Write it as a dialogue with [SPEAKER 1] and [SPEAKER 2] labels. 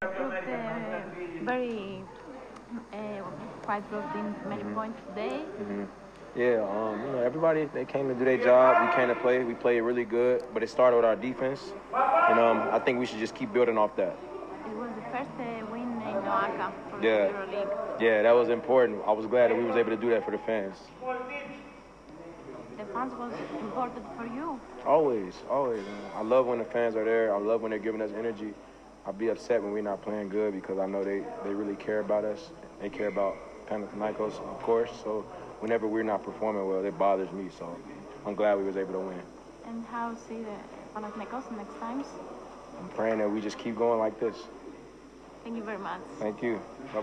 [SPEAKER 1] fruit, uh, very uh, quite protein, many points today.
[SPEAKER 2] Yeah, um, you know, everybody they came to do their job. We came to play. We played really good, but it started with our defense, and um, I think we should just keep building off that.
[SPEAKER 1] It was the first uh, win in Oaxaca for
[SPEAKER 2] Yeah.
[SPEAKER 1] the EuroLeague.
[SPEAKER 2] Yeah, that was important. I was glad that we was able to do that for the fans.
[SPEAKER 1] The fans was important for you.
[SPEAKER 2] Always, always. man. I love when the fans are there. I love when they're giving us energy. I'd be upset when we're not playing good because I know they, they really care about us. They care about Panathinaikos, of course. So whenever we're not performing well, it bothers me. So I'm glad we was able to win.
[SPEAKER 1] And how see the Panathinaikos next times?
[SPEAKER 2] I'm praying that we just keep going like this.
[SPEAKER 1] Thank you very much.
[SPEAKER 2] Thank you.